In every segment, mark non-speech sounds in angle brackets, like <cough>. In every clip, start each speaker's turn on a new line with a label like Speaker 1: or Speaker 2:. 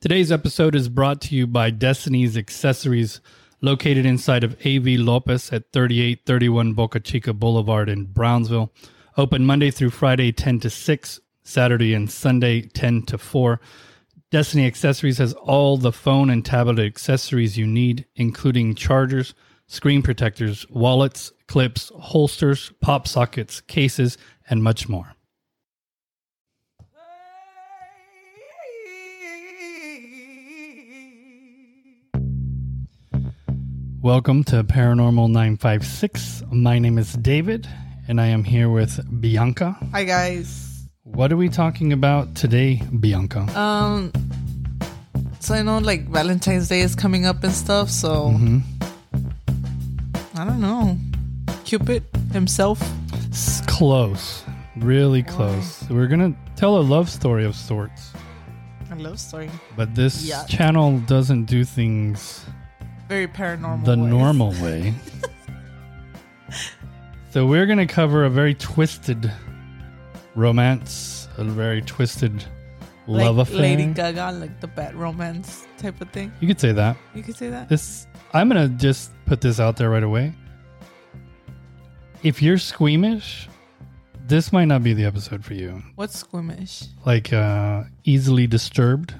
Speaker 1: Today's episode is brought to you by Destiny's Accessories, located inside of AV Lopez at 3831 Boca Chica Boulevard in Brownsville. Open Monday through Friday, 10 to 6, Saturday and Sunday, 10 to 4. Destiny Accessories has all the phone and tablet accessories you need, including chargers, screen protectors, wallets, clips, holsters, pop sockets, cases, and much more. Welcome to Paranormal 956. My name is David, and I am here with Bianca.
Speaker 2: Hi guys.
Speaker 1: What are we talking about today, Bianca?
Speaker 2: Um so I know like Valentine's Day is coming up and stuff, so I don't know. Cupid himself.
Speaker 1: It's close, really close. We're gonna tell a love story of sorts,
Speaker 2: I love story.
Speaker 1: but this
Speaker 2: Yeah.
Speaker 1: channel doesn't do things
Speaker 2: Very paranormal.
Speaker 1: the
Speaker 2: ways.
Speaker 1: normal
Speaker 2: <laughs>
Speaker 1: way. so we're going to cover a very twisted romance, a very twisted
Speaker 2: Like
Speaker 1: love affair.
Speaker 2: Lady Gaga, like the bad romance type of thing.
Speaker 1: you could say that.
Speaker 2: You could say that.
Speaker 1: This I'm going to just put this out there right away. If you're squeamish, this might not be the episode for you.
Speaker 2: What's squeamish?
Speaker 1: Like uh easily disturbed.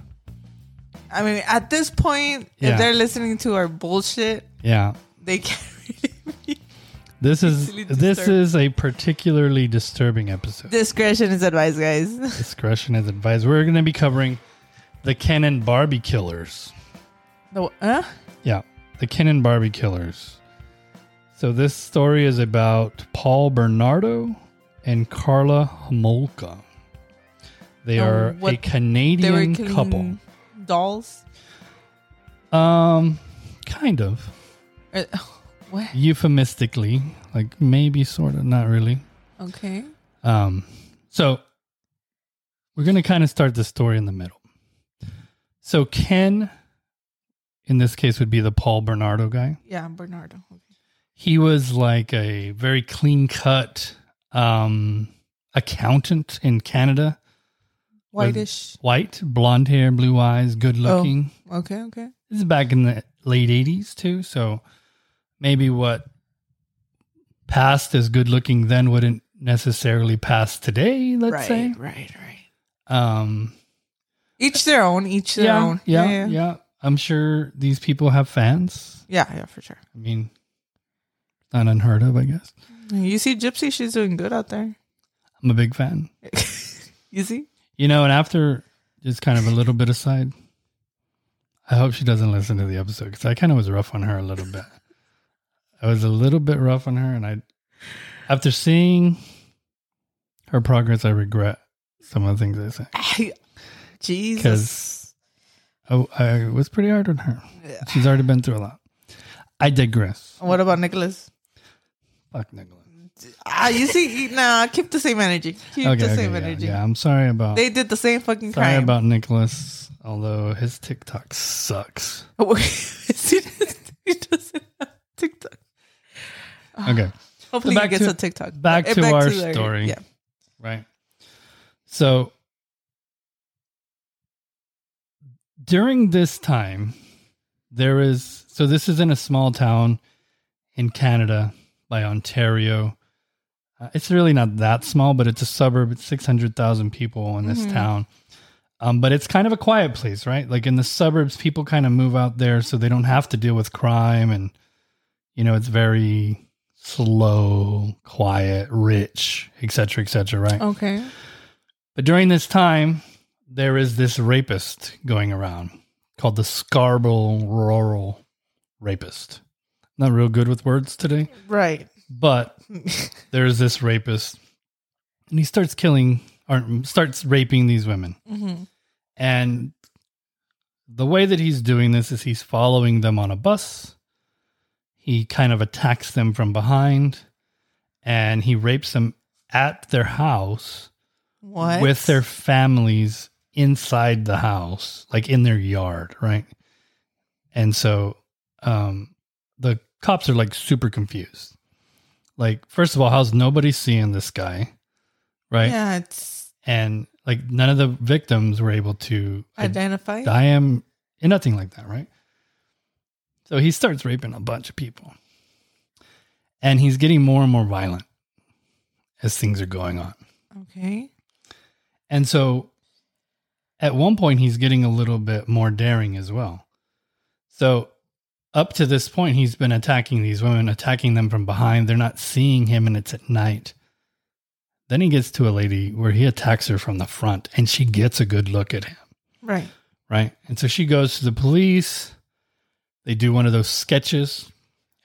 Speaker 2: I mean, at this point,
Speaker 1: Yeah.
Speaker 2: if they're listening to our bullshit,
Speaker 1: Yeah.
Speaker 2: they can't <laughs> really be.
Speaker 1: This is
Speaker 2: Easily
Speaker 1: this
Speaker 2: disturbed.
Speaker 1: is a particularly disturbing
Speaker 2: <laughs>
Speaker 1: episode.
Speaker 2: Discretion is advised, guys.
Speaker 1: Discretion is advised. We're going to be covering the Ken and Barbie killers.
Speaker 2: <laughs> the, huh?
Speaker 1: Yeah, the Ken and Barbie killers. So this story is about Paul Bernardo and Carla Homolka. They
Speaker 2: And
Speaker 1: are a
Speaker 2: Oh, what- They were
Speaker 1: Canadian
Speaker 2: killing
Speaker 1: couple.
Speaker 2: dolls.
Speaker 1: Um, kind of
Speaker 2: Or- what?
Speaker 1: euphemistically, like maybe, sort of, not really.
Speaker 2: Okay.
Speaker 1: Um, so we're going to kind of start the story in the middle. So Ken, in this case, would be the Paul Bernardo guy.
Speaker 2: Yeah, Bernardo. Okay.
Speaker 1: He was like a very clean cut um, accountant in Canada.
Speaker 2: Whitish.
Speaker 1: White, blonde hair, blue eyes, good
Speaker 2: Oh.
Speaker 1: looking.
Speaker 2: Okay, okay.
Speaker 1: This is back in the late 80s, too. So maybe what passed as good looking then wouldn't necessarily pass today, let's
Speaker 2: right,
Speaker 1: say.
Speaker 2: right, right.
Speaker 1: Um,
Speaker 2: Each their own. Each their
Speaker 1: yeah,
Speaker 2: own.
Speaker 1: Yeah,
Speaker 2: yeah,
Speaker 1: yeah, I'm sure these people have fans.
Speaker 2: Yeah, yeah, for sure.
Speaker 1: I mean, not unheard of, I guess.
Speaker 2: You see, Gypsy, she's doing good out there.
Speaker 1: I'm a big fan.
Speaker 2: you see,
Speaker 1: You know, and after just kind of a little bit aside, I hope she doesn't listen to the episode because I kind of was rough on her a little bit. I was a little bit rough on her, and I, after seeing her progress, I regret some of the things I said.
Speaker 2: Jesus.
Speaker 1: Oh, I was pretty hard on her. She's already been through a lot. I digress.
Speaker 2: What about Nicholas?
Speaker 1: Fuck Nicholas.
Speaker 2: Ah, you see, nah, keep the same energy. Keep the same
Speaker 1: yeah,
Speaker 2: energy.
Speaker 1: Yeah, I'm sorry about
Speaker 2: They did the same fucking
Speaker 1: sorry
Speaker 2: <laughs> crime.
Speaker 1: about Nicholas. Although his TikTok sucks.
Speaker 2: he doesn't- he doesn't have TikTok.
Speaker 1: Okay,
Speaker 2: Hopefully,
Speaker 1: So
Speaker 2: he
Speaker 1: back
Speaker 2: gets
Speaker 1: to-
Speaker 2: a TikTok.
Speaker 1: back
Speaker 2: Eh,
Speaker 1: to our
Speaker 2: the-
Speaker 1: story.
Speaker 2: Yeah.
Speaker 1: right. So during this time, there is so this is in a small town in Canada by Ontario. Uh, it's really not that small, but it's a suburb. It's six hundred thousand people in this
Speaker 2: Mhm.
Speaker 1: town. Um, but it's kind of a quiet place, right? Like in the suburbs, people kind of move out there so they don't have to deal with crime. And, you know, it's very slow, quiet, rich, et cetera, et cetera, right?
Speaker 2: Okay.
Speaker 1: But during this time, there is this rapist going around called the Scarborough Rural Rapist. Not real good with words today,
Speaker 2: <laughs> Right. Mm-hmm.
Speaker 1: but there's this rapist and he starts killing or starts raping these women.
Speaker 2: hmm
Speaker 1: And the way that he's doing this is he's following them on a bus. He kind of attacks them from behind and he rapes them at their house
Speaker 2: What?
Speaker 1: with their families inside the house, like in their yard, right? And so um, the cops are like super confused. Like, first of all, how's nobody seeing this guy? Right?
Speaker 2: Yeah, it's
Speaker 1: and like none of the victims were able to
Speaker 2: Identify?
Speaker 1: I am and nothing like that, right? So he starts raping a bunch of people. And he's getting more and more violent as things are going on.
Speaker 2: Okay.
Speaker 1: And so at one point, he's getting a little bit more daring as well. So up to this point, he's been attacking these women, attacking them from behind. They're not seeing him, and it's at night. Then he gets to a lady where he attacks her from the front, and she gets a good look at him
Speaker 2: Right.
Speaker 1: right? And so she goes to the police. They do one of those sketches,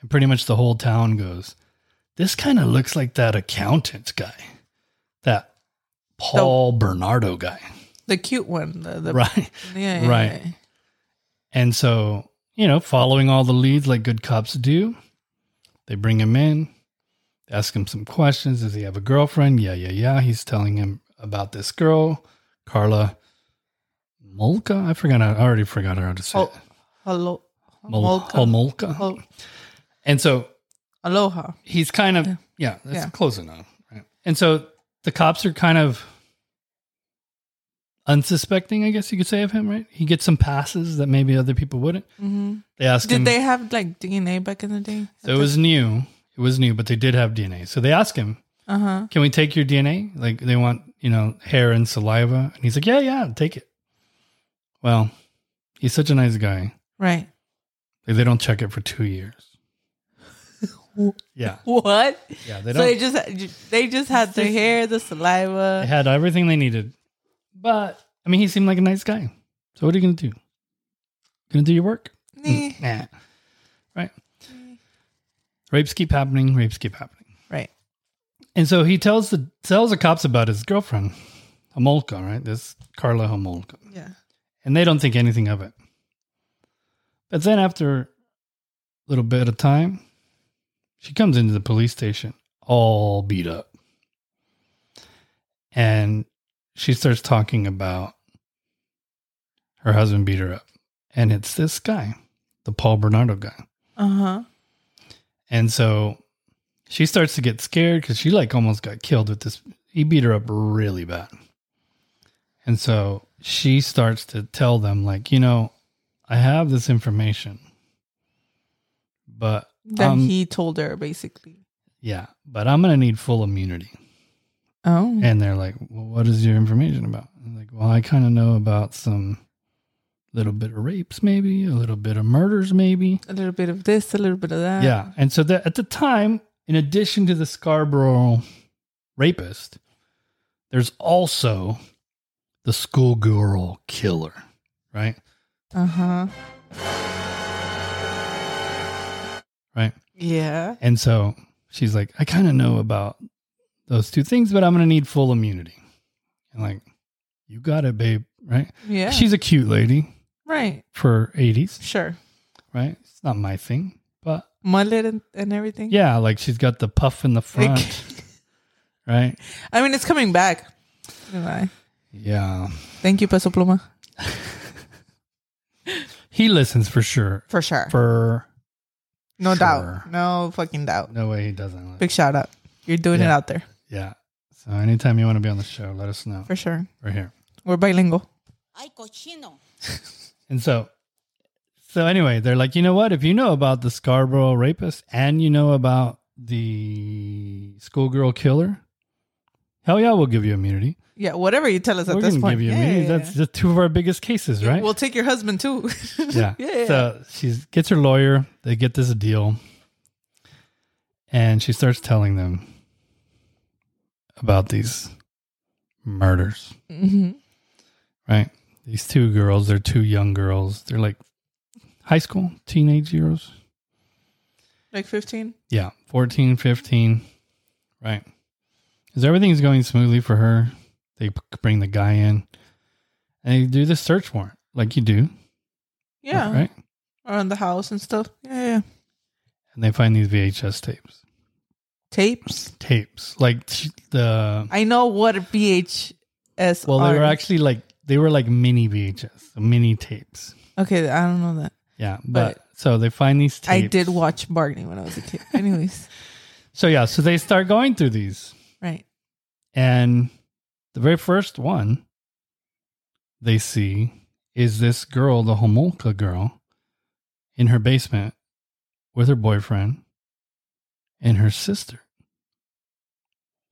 Speaker 1: and pretty much the whole town goes, This kind of looks like that accountant guy, that Paul Bernardo guy,
Speaker 2: The cute one. The, the,
Speaker 1: right?
Speaker 2: Yeah, yeah,
Speaker 1: Right.
Speaker 2: yeah.
Speaker 1: And so, you know, following all the leads like good cops do, they bring him in, ask him some questions. Does he have a girlfriend? Yeah, yeah, yeah. He's telling him about this girl, Carla Molka. I forgot. I already forgot how to say
Speaker 2: Hol-
Speaker 1: it.
Speaker 2: Hello.
Speaker 1: Mol-
Speaker 2: Molka.
Speaker 1: Homolka.
Speaker 2: Hol-
Speaker 1: And so
Speaker 2: Aloha.
Speaker 1: he's kind of yeah, that's
Speaker 2: Yeah.
Speaker 1: close enough. Right? And so the cops are kind of unsuspecting, I guess you could say, of him. Right? He gets some passes that maybe other people wouldn't.
Speaker 2: hmm
Speaker 1: They ask him.
Speaker 2: Did they have like DNA back in the day?
Speaker 1: so it was new. It was new, but they did have DNA. So they ask him,
Speaker 2: Uh huh.
Speaker 1: "Can we take your DNA? Like they want you know hair and saliva?" And he's like, "Yeah, yeah, take it." Well, he's such a nice guy.
Speaker 2: Right.
Speaker 1: They don't check it for two
Speaker 2: <laughs>
Speaker 1: years. Yeah,
Speaker 2: What?
Speaker 1: yeah, they
Speaker 2: so
Speaker 1: don't.
Speaker 2: they just they just had the hair, the
Speaker 1: They
Speaker 2: saliva.
Speaker 1: had everything they needed. But I mean, he seemed like a nice guy. So what are you going to do? Going to do your work?
Speaker 2: Nah.
Speaker 1: Nah. Right. Rapes keep happening. Rapes keep happening.
Speaker 2: Right.
Speaker 1: And so he tells the tells the cops about his girlfriend, Homolka, right? This Carla Homolka,
Speaker 2: Yeah.
Speaker 1: and they don't think anything of it. But then after a little bit of time, she comes into the police station all beat up. And she starts talking about her husband beat her up. And it's this guy, the Paul Bernardo guy.
Speaker 2: Uh huh.
Speaker 1: And so she starts to get scared because she like almost got killed with this. He beat her up really bad. And so she starts to tell them, like, you know, I have this information, but
Speaker 2: Then
Speaker 1: um,
Speaker 2: he told her basically.
Speaker 1: yeah, but I'm going to need full immunity.
Speaker 2: Oh.
Speaker 1: And they're like, well, what is your information about? I'm like, well, I kind of know about some little bit of rapes, maybe a little bit of murders, maybe.
Speaker 2: a little bit of this, a little bit of that.
Speaker 1: Yeah. And so that at the time, in addition to the Scarborough rapist, there's also the schoolgirl killer, right?
Speaker 2: Uh huh.
Speaker 1: Right.
Speaker 2: Yeah.
Speaker 1: And so she's like, I kind of know about those two things, but I'm going to need full immunity. And like, you got it, babe. Right.
Speaker 2: Yeah.
Speaker 1: She's a cute lady
Speaker 2: right.
Speaker 1: for 80s,
Speaker 2: Sure.
Speaker 1: right? It's not my thing, but
Speaker 2: Mullet and, and everything.
Speaker 1: yeah, like she's got the puff in the front, right?
Speaker 2: <laughs> I mean, it's coming back. Goodbye.
Speaker 1: Yeah.
Speaker 2: Thank you, Peso Pluma.
Speaker 1: He listens for sure.
Speaker 2: For sure.
Speaker 1: for
Speaker 2: no
Speaker 1: sure.
Speaker 2: doubt. No fucking doubt.
Speaker 1: no way he doesn't
Speaker 2: Big shout out. You're doing it
Speaker 1: Yeah.
Speaker 2: out there.
Speaker 1: yeah so anytime you want to be on the show let us know
Speaker 2: For sure.
Speaker 1: we're here
Speaker 2: We're bilingual.
Speaker 3: Ay, cochino.
Speaker 1: and so so anyway they're like you know what if you know about the scarborough rapist and you know about the schoolgirl killer hell yeah we'll give you immunity
Speaker 2: Yeah. Whatever you tell us at
Speaker 1: we're
Speaker 2: this
Speaker 1: gonna
Speaker 2: point.
Speaker 1: give you
Speaker 2: yeah,
Speaker 1: immunity
Speaker 2: yeah,
Speaker 1: that's just two of our biggest cases
Speaker 2: yeah.
Speaker 1: right
Speaker 2: We'll take your husband too.
Speaker 1: yeah.
Speaker 2: <laughs> yeah.
Speaker 1: So she gets her lawyer. They get this deal, and she starts telling them about these murders. Mm-hmm.
Speaker 2: hmm
Speaker 1: Right? These two girls. They're two young girls. They're like high school teenage years.
Speaker 2: <laughs> Like 15.
Speaker 1: Yeah, 14, 15. Right. Because everything's going smoothly for her. They p- bring the guy in, and they do the search warrant like you do.
Speaker 2: Yeah.
Speaker 1: Right.
Speaker 2: Around the house and stuff. Yeah. yeah.
Speaker 1: And they find these VHS tapes.
Speaker 2: Tapes.
Speaker 1: tapes like t- the
Speaker 2: I know what VHS.
Speaker 1: well they were
Speaker 2: are.
Speaker 1: actually like they were like mini vhs mini tapes
Speaker 2: Okay, I don't know that.
Speaker 1: yeah but, so they find these tapes
Speaker 2: I did watch Barney when I was a kid. Anyways, <laughs>
Speaker 1: so yeah so they start going through these
Speaker 2: right.
Speaker 1: and The very first one they see is this girl, the Homolka girl, in her basement with her boyfriend and her sister.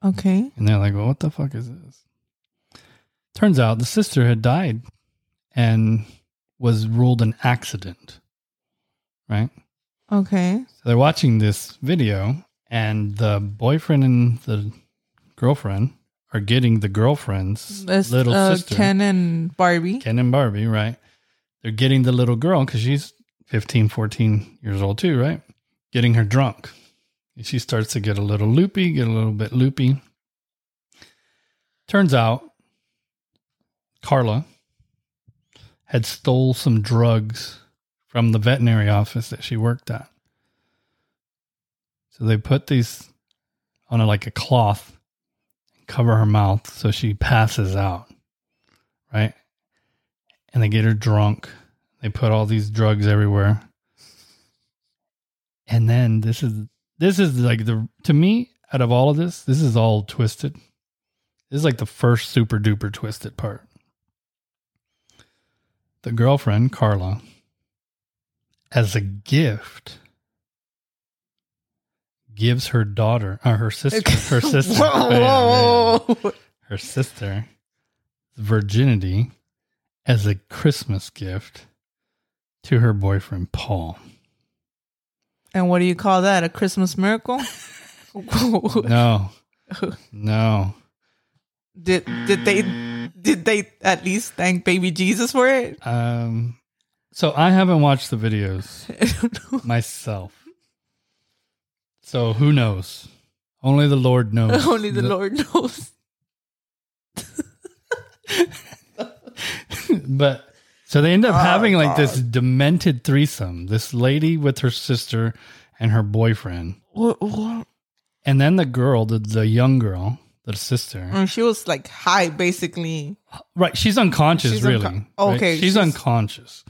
Speaker 2: Okay.
Speaker 1: And they're like, well, what the fuck is this? Turns out the sister had died and was ruled an accident, right?
Speaker 2: Okay.
Speaker 1: So they're watching this video, and the boyfriend and the girlfriend are getting the girlfriend's
Speaker 2: That's
Speaker 1: little
Speaker 2: uh,
Speaker 1: sister,
Speaker 2: Ken and Barbie. <laughs>
Speaker 1: Ken and Barbie, right? They're getting the little girl because she's 15, 14 years old, too, right? Getting her drunk. And she starts to get a little loopy, get a little bit loopy. Turns out Carla had stole some drugs from the veterinary office that she worked at. So they put these on a, like a cloth, cover her mouth so she passes out, right? And they get her drunk. They put all these drugs everywhere. And then this is this is like the to me out of all of this, this is all twisted. This is like the first super duper twisted part. The girlfriend, Carla, as a gift, gives her daughter, or her sister,
Speaker 2: <laughs>
Speaker 1: her sister,
Speaker 2: whoa,
Speaker 1: Yeah, yeah,
Speaker 2: whoa, whoa.
Speaker 1: her sister virginity as a Christmas gift to her boyfriend Paul.
Speaker 2: And what do you call that? A Christmas miracle? <laughs>
Speaker 1: No. No.
Speaker 2: Did did they did they at least thank baby Jesus for it? <laughs>
Speaker 1: Um so I haven't watched the videos
Speaker 2: I don't know. <laughs>
Speaker 1: myself. So who knows? Only the Lord knows.
Speaker 2: <laughs> Only the Lord knows.
Speaker 1: but so they end up
Speaker 2: Oh,
Speaker 1: having like this
Speaker 2: God.
Speaker 1: demented threesome. This lady with her sister and her boyfriend.
Speaker 2: What, what?
Speaker 1: And then the girl, the, the young girl, the sister.
Speaker 2: And she was like high, basically.
Speaker 1: Right, she's unconscious,
Speaker 2: She's
Speaker 1: really.
Speaker 2: uncon-
Speaker 1: right?
Speaker 2: okay,
Speaker 1: she's,
Speaker 2: she's-
Speaker 1: unconscious.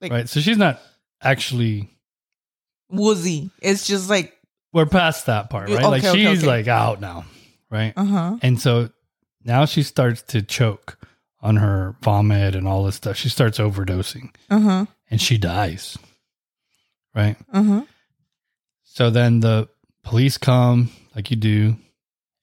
Speaker 2: Like-
Speaker 1: right, so she's not actually.
Speaker 2: Woozy. It's just like,
Speaker 1: We're past that part, right?
Speaker 2: Okay,
Speaker 1: like
Speaker 2: okay,
Speaker 1: she's
Speaker 2: okay.
Speaker 1: like out now, right?
Speaker 2: uh huh.
Speaker 1: And so now she starts to choke on her vomit and all this stuff. She starts overdosing
Speaker 2: Uh huh.
Speaker 1: and she dies, right?
Speaker 2: Uh huh.
Speaker 1: So then the police come, like you do,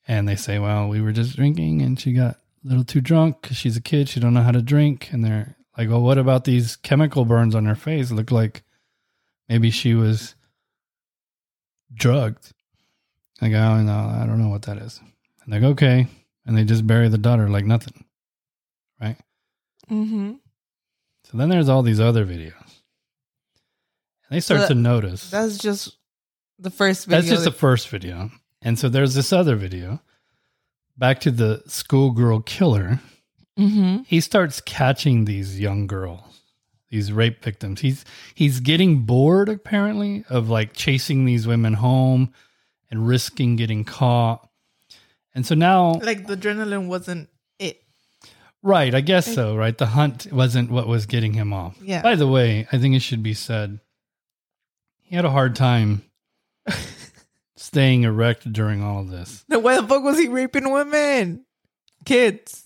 Speaker 1: and they say, "Well, we were just drinking, and she got a little too drunk because she's a kid; she don't know how to drink." And they're like, "Well, what about these chemical burns on her face? Look like maybe she was drugged." I go, "Oh, "No, I don't know what that is." And they go, "Okay," and they just bury the daughter like nothing, right?
Speaker 2: Mm hmm.
Speaker 1: So then there's all these other videos, and they start
Speaker 2: that-
Speaker 1: to notice
Speaker 2: That's just the first video.
Speaker 1: That's just the first video. And so there's this other video. Back to the schoolgirl killer.
Speaker 2: mm-hmm.
Speaker 1: He starts catching these young girls, these rape victims. He's he's getting bored apparently of like chasing these women home and risking getting caught. And so now
Speaker 2: Like the adrenaline wasn't it.
Speaker 1: Right, I guess so, right? The hunt wasn't what was getting him off.
Speaker 2: Yeah.
Speaker 1: By the way, I think it should be said he had a hard
Speaker 2: <laughs>
Speaker 1: time staying erect during all of this.
Speaker 2: Then why the fuck was he raping women? Kids,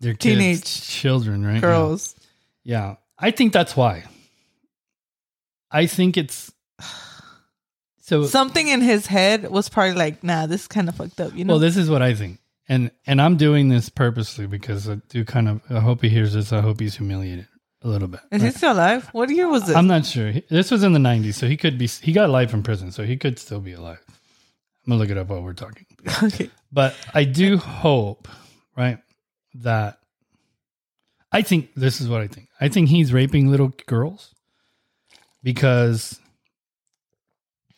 Speaker 1: They're kids,
Speaker 2: Teenage
Speaker 1: children, right?
Speaker 2: girls.
Speaker 1: Yeah. yeah. I think that's why. I think
Speaker 2: <sighs>
Speaker 1: it's so
Speaker 2: Something in his head was probably like, nah, this is kind of fucked up, you know?
Speaker 1: Well, this is what I think, and and I'm doing this purposely because I do kind of. I hope he hears this. I hope he's humiliated a little bit.
Speaker 2: is
Speaker 1: right?
Speaker 2: he still alive? What year was it?
Speaker 1: I'm not sure. He- This was in the 90s, so he could be. He got life in prison, so he could still be alive. I'm gonna look it up while we're talking.
Speaker 2: <laughs> okay.
Speaker 1: But I do hope, right, that I think this is what I think. I think he's raping little girls because,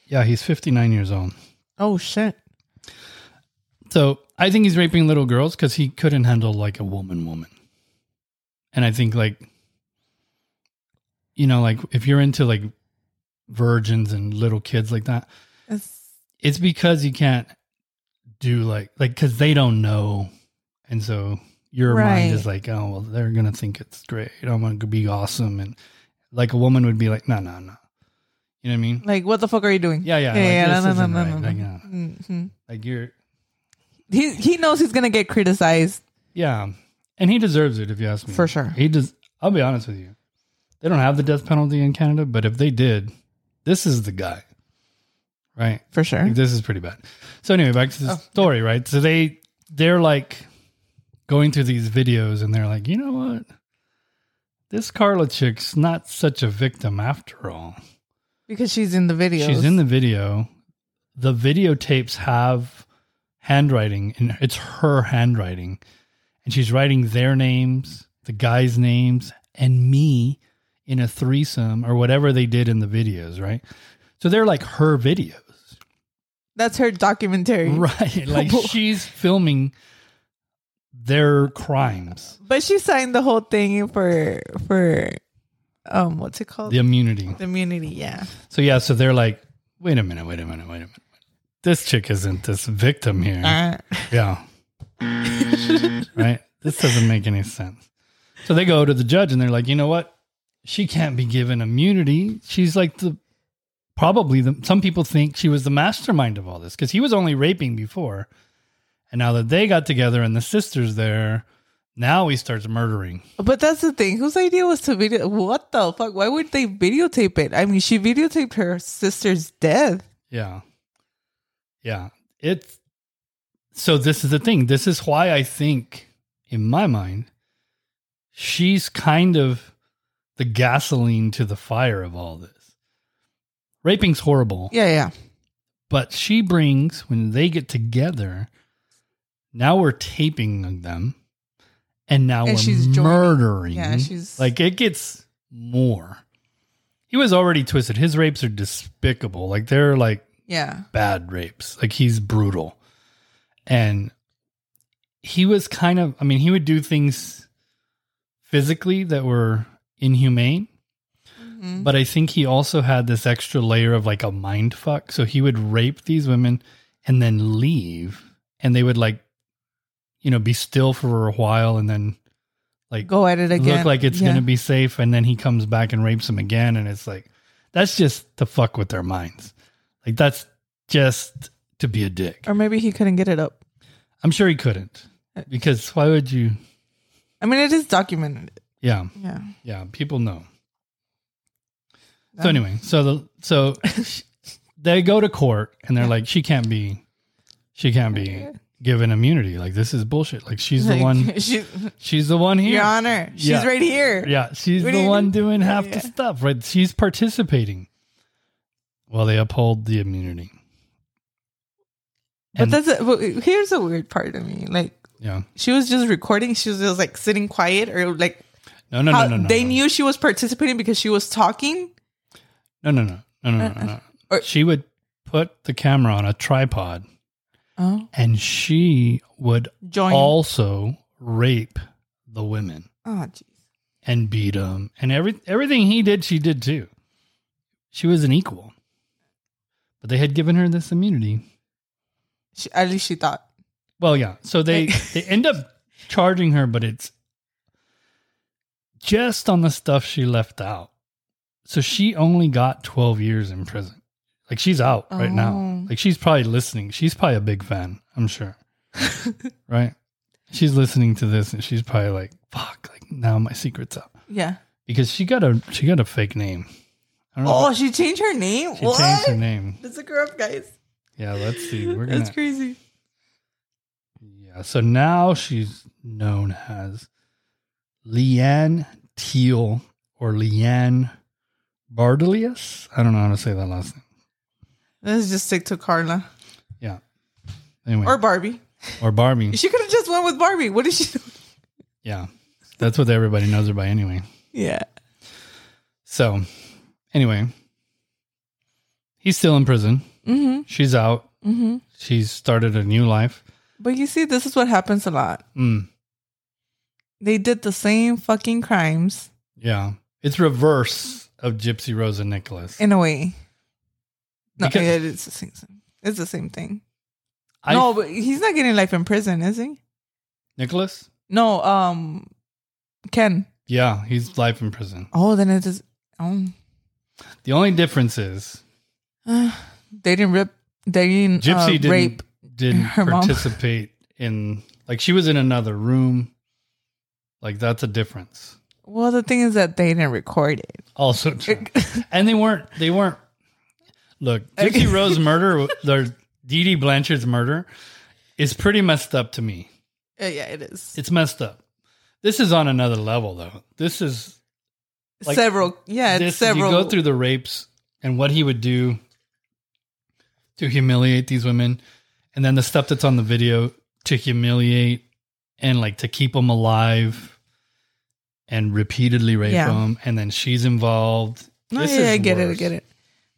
Speaker 1: yeah, he's 59 years old.
Speaker 2: Oh, shit.
Speaker 1: So I think he's raping little girls because he couldn't handle like a woman, woman. And I think like, you know, like if you're into like virgins and little kids like that,
Speaker 2: It's,
Speaker 1: it's because you can't do like like because they don't know, and so your mind
Speaker 2: Right.
Speaker 1: is like, oh well, they're gonna think it's great. I'm gonna be awesome, and like a woman would be like, no, no, no. You know what I mean?
Speaker 2: like, what the fuck are you doing?
Speaker 1: Yeah, yeah.
Speaker 2: Mm. Yeah, yeah,
Speaker 1: like,
Speaker 2: no,
Speaker 1: this
Speaker 2: no, no,
Speaker 1: isn't
Speaker 2: no,
Speaker 1: right.
Speaker 2: no, no.
Speaker 1: Like, yeah.
Speaker 2: Mhm.
Speaker 1: like you're
Speaker 2: He, he knows he's going to get criticized
Speaker 1: yeah, and he deserves it if you ask me.
Speaker 2: For sure.
Speaker 1: he does. I'll be honest with you. They don't have the death penalty in Canada, but if they did, this is the guy, right?
Speaker 2: for sure.
Speaker 1: Like, this is pretty bad. So anyway, back to the story, right? So they they're like going through these videos and they're like, you know what? This Carla chick's not such a victim after all.
Speaker 2: Because she's in the video.
Speaker 1: She's in the video. The videotapes have handwriting and it's her handwriting. And she's writing their names, the guys' names, and me in a threesome or whatever they did in the videos, right? So they're like her videos.
Speaker 2: That's her documentary.
Speaker 1: Right. Like she's filming their crimes,
Speaker 2: But she signed the whole thing for for um what's it called?
Speaker 1: the immunity.
Speaker 2: The immunity, yeah.
Speaker 1: So yeah, so they're like, wait a minute, wait a minute, wait a minute. This chick isn't this victim here.
Speaker 2: Uh,
Speaker 1: Yeah. right? This doesn't make any sense. So they go to the judge and they're like, you know what? She can't be given immunity. She's like the probably the some people think she was the mastermind of all this because he was only raping before. And now that they got together and the sister's there, now he starts murdering.
Speaker 2: but that's the thing. Whose idea was to video what the fuck? Why would they videotape it? I mean she videotaped her sister's death.
Speaker 1: Yeah. Yeah. It's so this is the thing. This is why I think in my mind she's kind of the gasoline to the fire of all this. Raping's horrible,
Speaker 2: Yeah, yeah.
Speaker 1: but she brings when they get together now we're taping them and now
Speaker 2: And
Speaker 1: we're
Speaker 2: she's joining.
Speaker 1: murdering.
Speaker 2: Yeah, she's-
Speaker 1: Mm-hmm. like it gets more. He was already twisted. His rapes are despicable. Like they're like
Speaker 2: Yeah.
Speaker 1: bad rapes. Like he's brutal. And he was kind of, I mean, he would do things physically that were inhumane,
Speaker 2: Mhm.
Speaker 1: but I think he also had this extra layer of like a mind fuck. So he would rape these women and then leave, and they would like, you know, be still for a while and then like
Speaker 2: Go at it again.
Speaker 1: look like it's
Speaker 2: Yeah.
Speaker 1: going to be safe and then he comes back and rapes him again and it's like that's just to fuck with their minds like that's just to be a dick
Speaker 2: Or maybe he couldn't get it up.
Speaker 1: i'm sure he couldn't because why would you
Speaker 2: I mean it is documented.
Speaker 1: yeah
Speaker 2: Yeah.
Speaker 1: yeah people know
Speaker 2: Um,
Speaker 1: so anyway so the
Speaker 2: <laughs>
Speaker 1: so they go to court and they're like she can't be she can't be given immunity like this is bullshit like she's the
Speaker 2: Like,
Speaker 1: one
Speaker 2: <laughs> she-
Speaker 1: she's the one
Speaker 2: Your
Speaker 1: here
Speaker 2: Honor. She's
Speaker 1: Yeah.
Speaker 2: right here.
Speaker 1: Yeah, she's
Speaker 2: What do
Speaker 1: the
Speaker 2: you-
Speaker 1: one doing half
Speaker 2: Yeah.
Speaker 1: the stuff, right? She's participating. Well, they uphold the immunity.
Speaker 2: But
Speaker 1: And-
Speaker 2: that's a, but here's a weird part of me. Like
Speaker 1: Yeah.
Speaker 2: she was just recording. She was just like sitting quiet, or like
Speaker 1: No, no,
Speaker 2: how,
Speaker 1: no, no, no.
Speaker 2: they
Speaker 1: no.
Speaker 2: knew she was participating because she was talking.
Speaker 1: No, no, no, no, no, no. no.
Speaker 2: Uh, Or-
Speaker 1: she would put the camera on a tripod,
Speaker 2: Oh,
Speaker 1: and she would
Speaker 2: join.
Speaker 1: also rape the women
Speaker 2: oh, jeez.
Speaker 1: and beat them, and every everything he did, she did too. She was an equal, but they had given her this immunity.
Speaker 2: She, at least she thought.
Speaker 1: Well, yeah. So they they end up charging her, but it's just on the stuff she left out. So she only got 12 years in prison. Like she's out right now.
Speaker 2: Oh.
Speaker 1: Like she's probably listening. She's probably a big fan, I'm
Speaker 2: <laughs>
Speaker 1: sure. right? She's listening to this and she's probably like, "Fuck, like now my secret's out."
Speaker 2: Yeah.
Speaker 1: Because she got a she got a fake name. I don't know.
Speaker 2: Oh, she changed her name.
Speaker 1: if she
Speaker 2: what?
Speaker 1: changed
Speaker 2: <laughs>
Speaker 1: her name.
Speaker 2: Let's look her up, guys.
Speaker 1: Yeah, let's see. We're gonna
Speaker 2: That's crazy.
Speaker 1: Yeah, so now she's known as Leanne Teal or Leanne Bardelius. I don't know how to say that last name.
Speaker 2: Let's just stick to Carla
Speaker 1: Yeah. Anyway,
Speaker 2: or
Speaker 1: or,
Speaker 2: Barbie.
Speaker 1: Barbie.
Speaker 2: She could have just went with Barbie. What did she? <laughs> Do?
Speaker 1: yeah. That's what everybody knows her by anyway.
Speaker 2: Yeah.
Speaker 1: So, anyway, he's still in prison.
Speaker 2: Mm-hmm.
Speaker 1: She's out.
Speaker 2: Mm-hmm.
Speaker 1: She's started a new life.
Speaker 2: But you see, this is what happens a lot.
Speaker 1: Mm,
Speaker 2: They did the same fucking crimes
Speaker 1: yeah. It's reverse of Gypsy Rose and Nicholas.
Speaker 2: in a way. No,
Speaker 1: Because-
Speaker 2: yeah, it's the same. It's the same thing.
Speaker 1: I,
Speaker 2: no, but he's not getting life in prison, is he?
Speaker 1: Nicholas?
Speaker 2: No, um, Ken.
Speaker 1: Yeah, he's life in prison.
Speaker 2: Oh, then it is. Um, <sighs>
Speaker 1: The only difference is
Speaker 2: uh, they didn't rip. They didn't
Speaker 1: Gypsy
Speaker 2: uh,
Speaker 1: didn't,
Speaker 2: rape.
Speaker 1: didn't
Speaker 2: her mom.
Speaker 1: participate in Like she was in another room. Like that's a difference.
Speaker 2: Well, the thing is that they didn't record <laughs> it.
Speaker 1: Also true. and they weren't. They weren't.
Speaker 2: <laughs>
Speaker 1: Look, Dixie Rose murder, or Dee Dee Blanchard's murder, is pretty messed up to me.
Speaker 2: Uh, yeah, it is.
Speaker 1: It's messed up. This is on another level, though. This is like,
Speaker 2: several. Yeah, it's
Speaker 1: this,
Speaker 2: several.
Speaker 1: You go through the rapes and what he would do to humiliate these women, and then the stuff that's on the video to humiliate and like to keep them alive and repeatedly rape
Speaker 2: Yeah.
Speaker 1: them, and then she's involved.
Speaker 2: no,
Speaker 1: This
Speaker 2: yeah,
Speaker 1: is
Speaker 2: I get it. I
Speaker 1: worse.
Speaker 2: get it.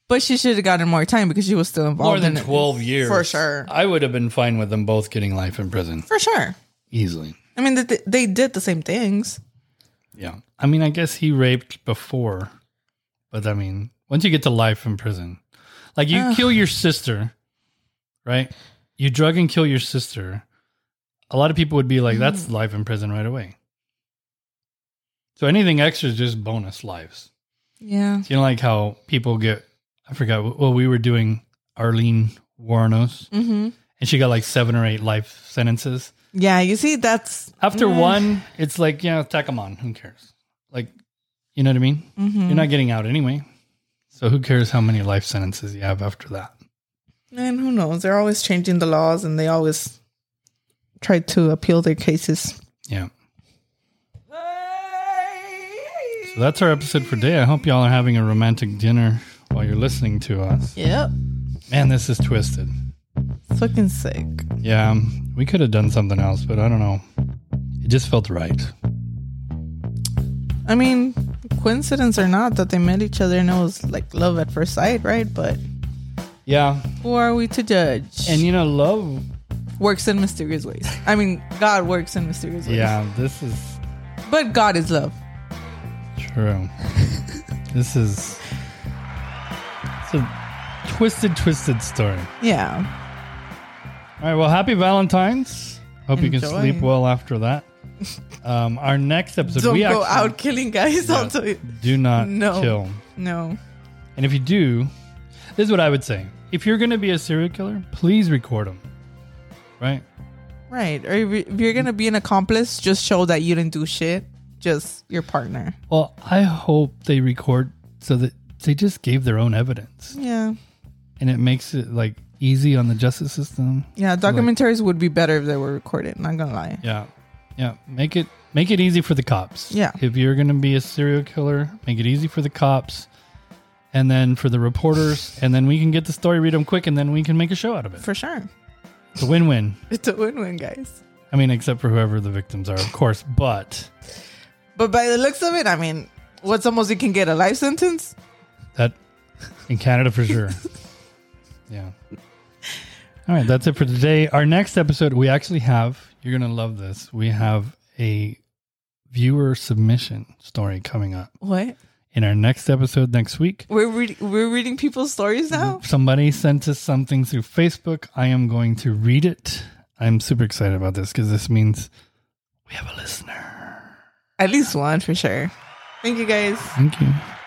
Speaker 2: But she should have gotten more time because she was still involved.
Speaker 1: More than
Speaker 2: in it.
Speaker 1: twelve years,
Speaker 2: for sure.
Speaker 1: I would have been fine with them both getting life in prison
Speaker 2: For sure.
Speaker 1: easily.
Speaker 2: I mean, th- they did the same things.
Speaker 1: Yeah, I mean, I guess he raped before, but I mean, once you get to life in prison, like you
Speaker 2: Ugh.
Speaker 1: kill your sister, right? You drug and kill your sister. A lot of people would be like, "That's life in prison right away." So anything extra is just bonus lives.
Speaker 2: Yeah.
Speaker 1: You know, like how people get. I forgot. what- Well, we were doing Arlene Warnos,
Speaker 2: Mm-hmm.
Speaker 1: and she got like seven or eight life sentences.
Speaker 2: Yeah. You see, that's
Speaker 1: After
Speaker 2: Mm.
Speaker 1: one, it's like, yeah, tack them on. Who cares? Like, you know what I mean?
Speaker 2: Mhm.
Speaker 1: You're not getting out anyway. So who cares how many life sentences you have after that?
Speaker 2: And who knows? They're always changing the laws and they always try to appeal their cases.
Speaker 1: Yeah. So that's our episode for today. I hope y'all are having a romantic dinner while you're listening to us.
Speaker 2: Yep.
Speaker 1: Man, this is twisted.
Speaker 2: It's fucking sick.
Speaker 1: Yeah, um, we could have done something else, but I don't know. It just felt right.
Speaker 2: I mean, coincidence or not that they met each other and it was like love at first sight, right? But
Speaker 1: Yeah.
Speaker 2: who are we to judge?
Speaker 1: And you know, love.
Speaker 2: works in mysterious ways. I mean, God works in mysterious ways.
Speaker 1: Yeah, this is
Speaker 2: But God is love.
Speaker 1: true. <laughs> this is. It's a twisted, twisted story.
Speaker 2: Yeah.
Speaker 1: All right. Well, happy Valentine's. Hope you can
Speaker 2: Enjoy.
Speaker 1: sleep well after
Speaker 2: <laughs>
Speaker 1: that. Um, our next episode,
Speaker 2: Don't
Speaker 1: we
Speaker 2: go
Speaker 1: actually
Speaker 2: out killing guys. <laughs>
Speaker 1: Yeah.
Speaker 2: I'll tell you.
Speaker 1: do not
Speaker 2: No.
Speaker 1: kill.
Speaker 2: No.
Speaker 1: And if you do, this is what I would say: if you're going to be a serial killer, please record them. Right?
Speaker 2: Right. Or if you- if you're going to be an accomplice, just show that you didn't do shit. Just your partner.
Speaker 1: Well, I hope they record so that they just gave their own evidence,
Speaker 2: Yeah.
Speaker 1: and it makes it like easy on the justice system.
Speaker 2: Yeah, documentaries would be better if they were recorded. Not gonna lie.
Speaker 1: Yeah, yeah. Make it make it easy for the cops.
Speaker 2: Yeah.
Speaker 1: If you're gonna be a serial killer, make it easy for the cops, and then for the reporters, and then we can get the story, read them quick, and then we can make a show out of it.
Speaker 2: For sure,
Speaker 1: It's a win-win.
Speaker 2: it's a win-win, guys.
Speaker 1: I mean, except for whoever the victims are, of course. But
Speaker 2: But by the looks of it, I mean, what's the most you can get a life sentence?
Speaker 1: that in Canada for sure. yeah. All right, that's it for today. Our next episode, we actually have. You're gonna love this. We have a viewer submission story coming up.
Speaker 2: What?
Speaker 1: in our next episode next week.
Speaker 2: We're reading we're reading people's stories
Speaker 1: Mm-hmm.
Speaker 2: now.
Speaker 1: Somebody sent us something through Facebook. I am going to read it. I'm super excited about this because this means we have a listener.
Speaker 2: At least one for sure. Thank you, guys.
Speaker 1: Thank you.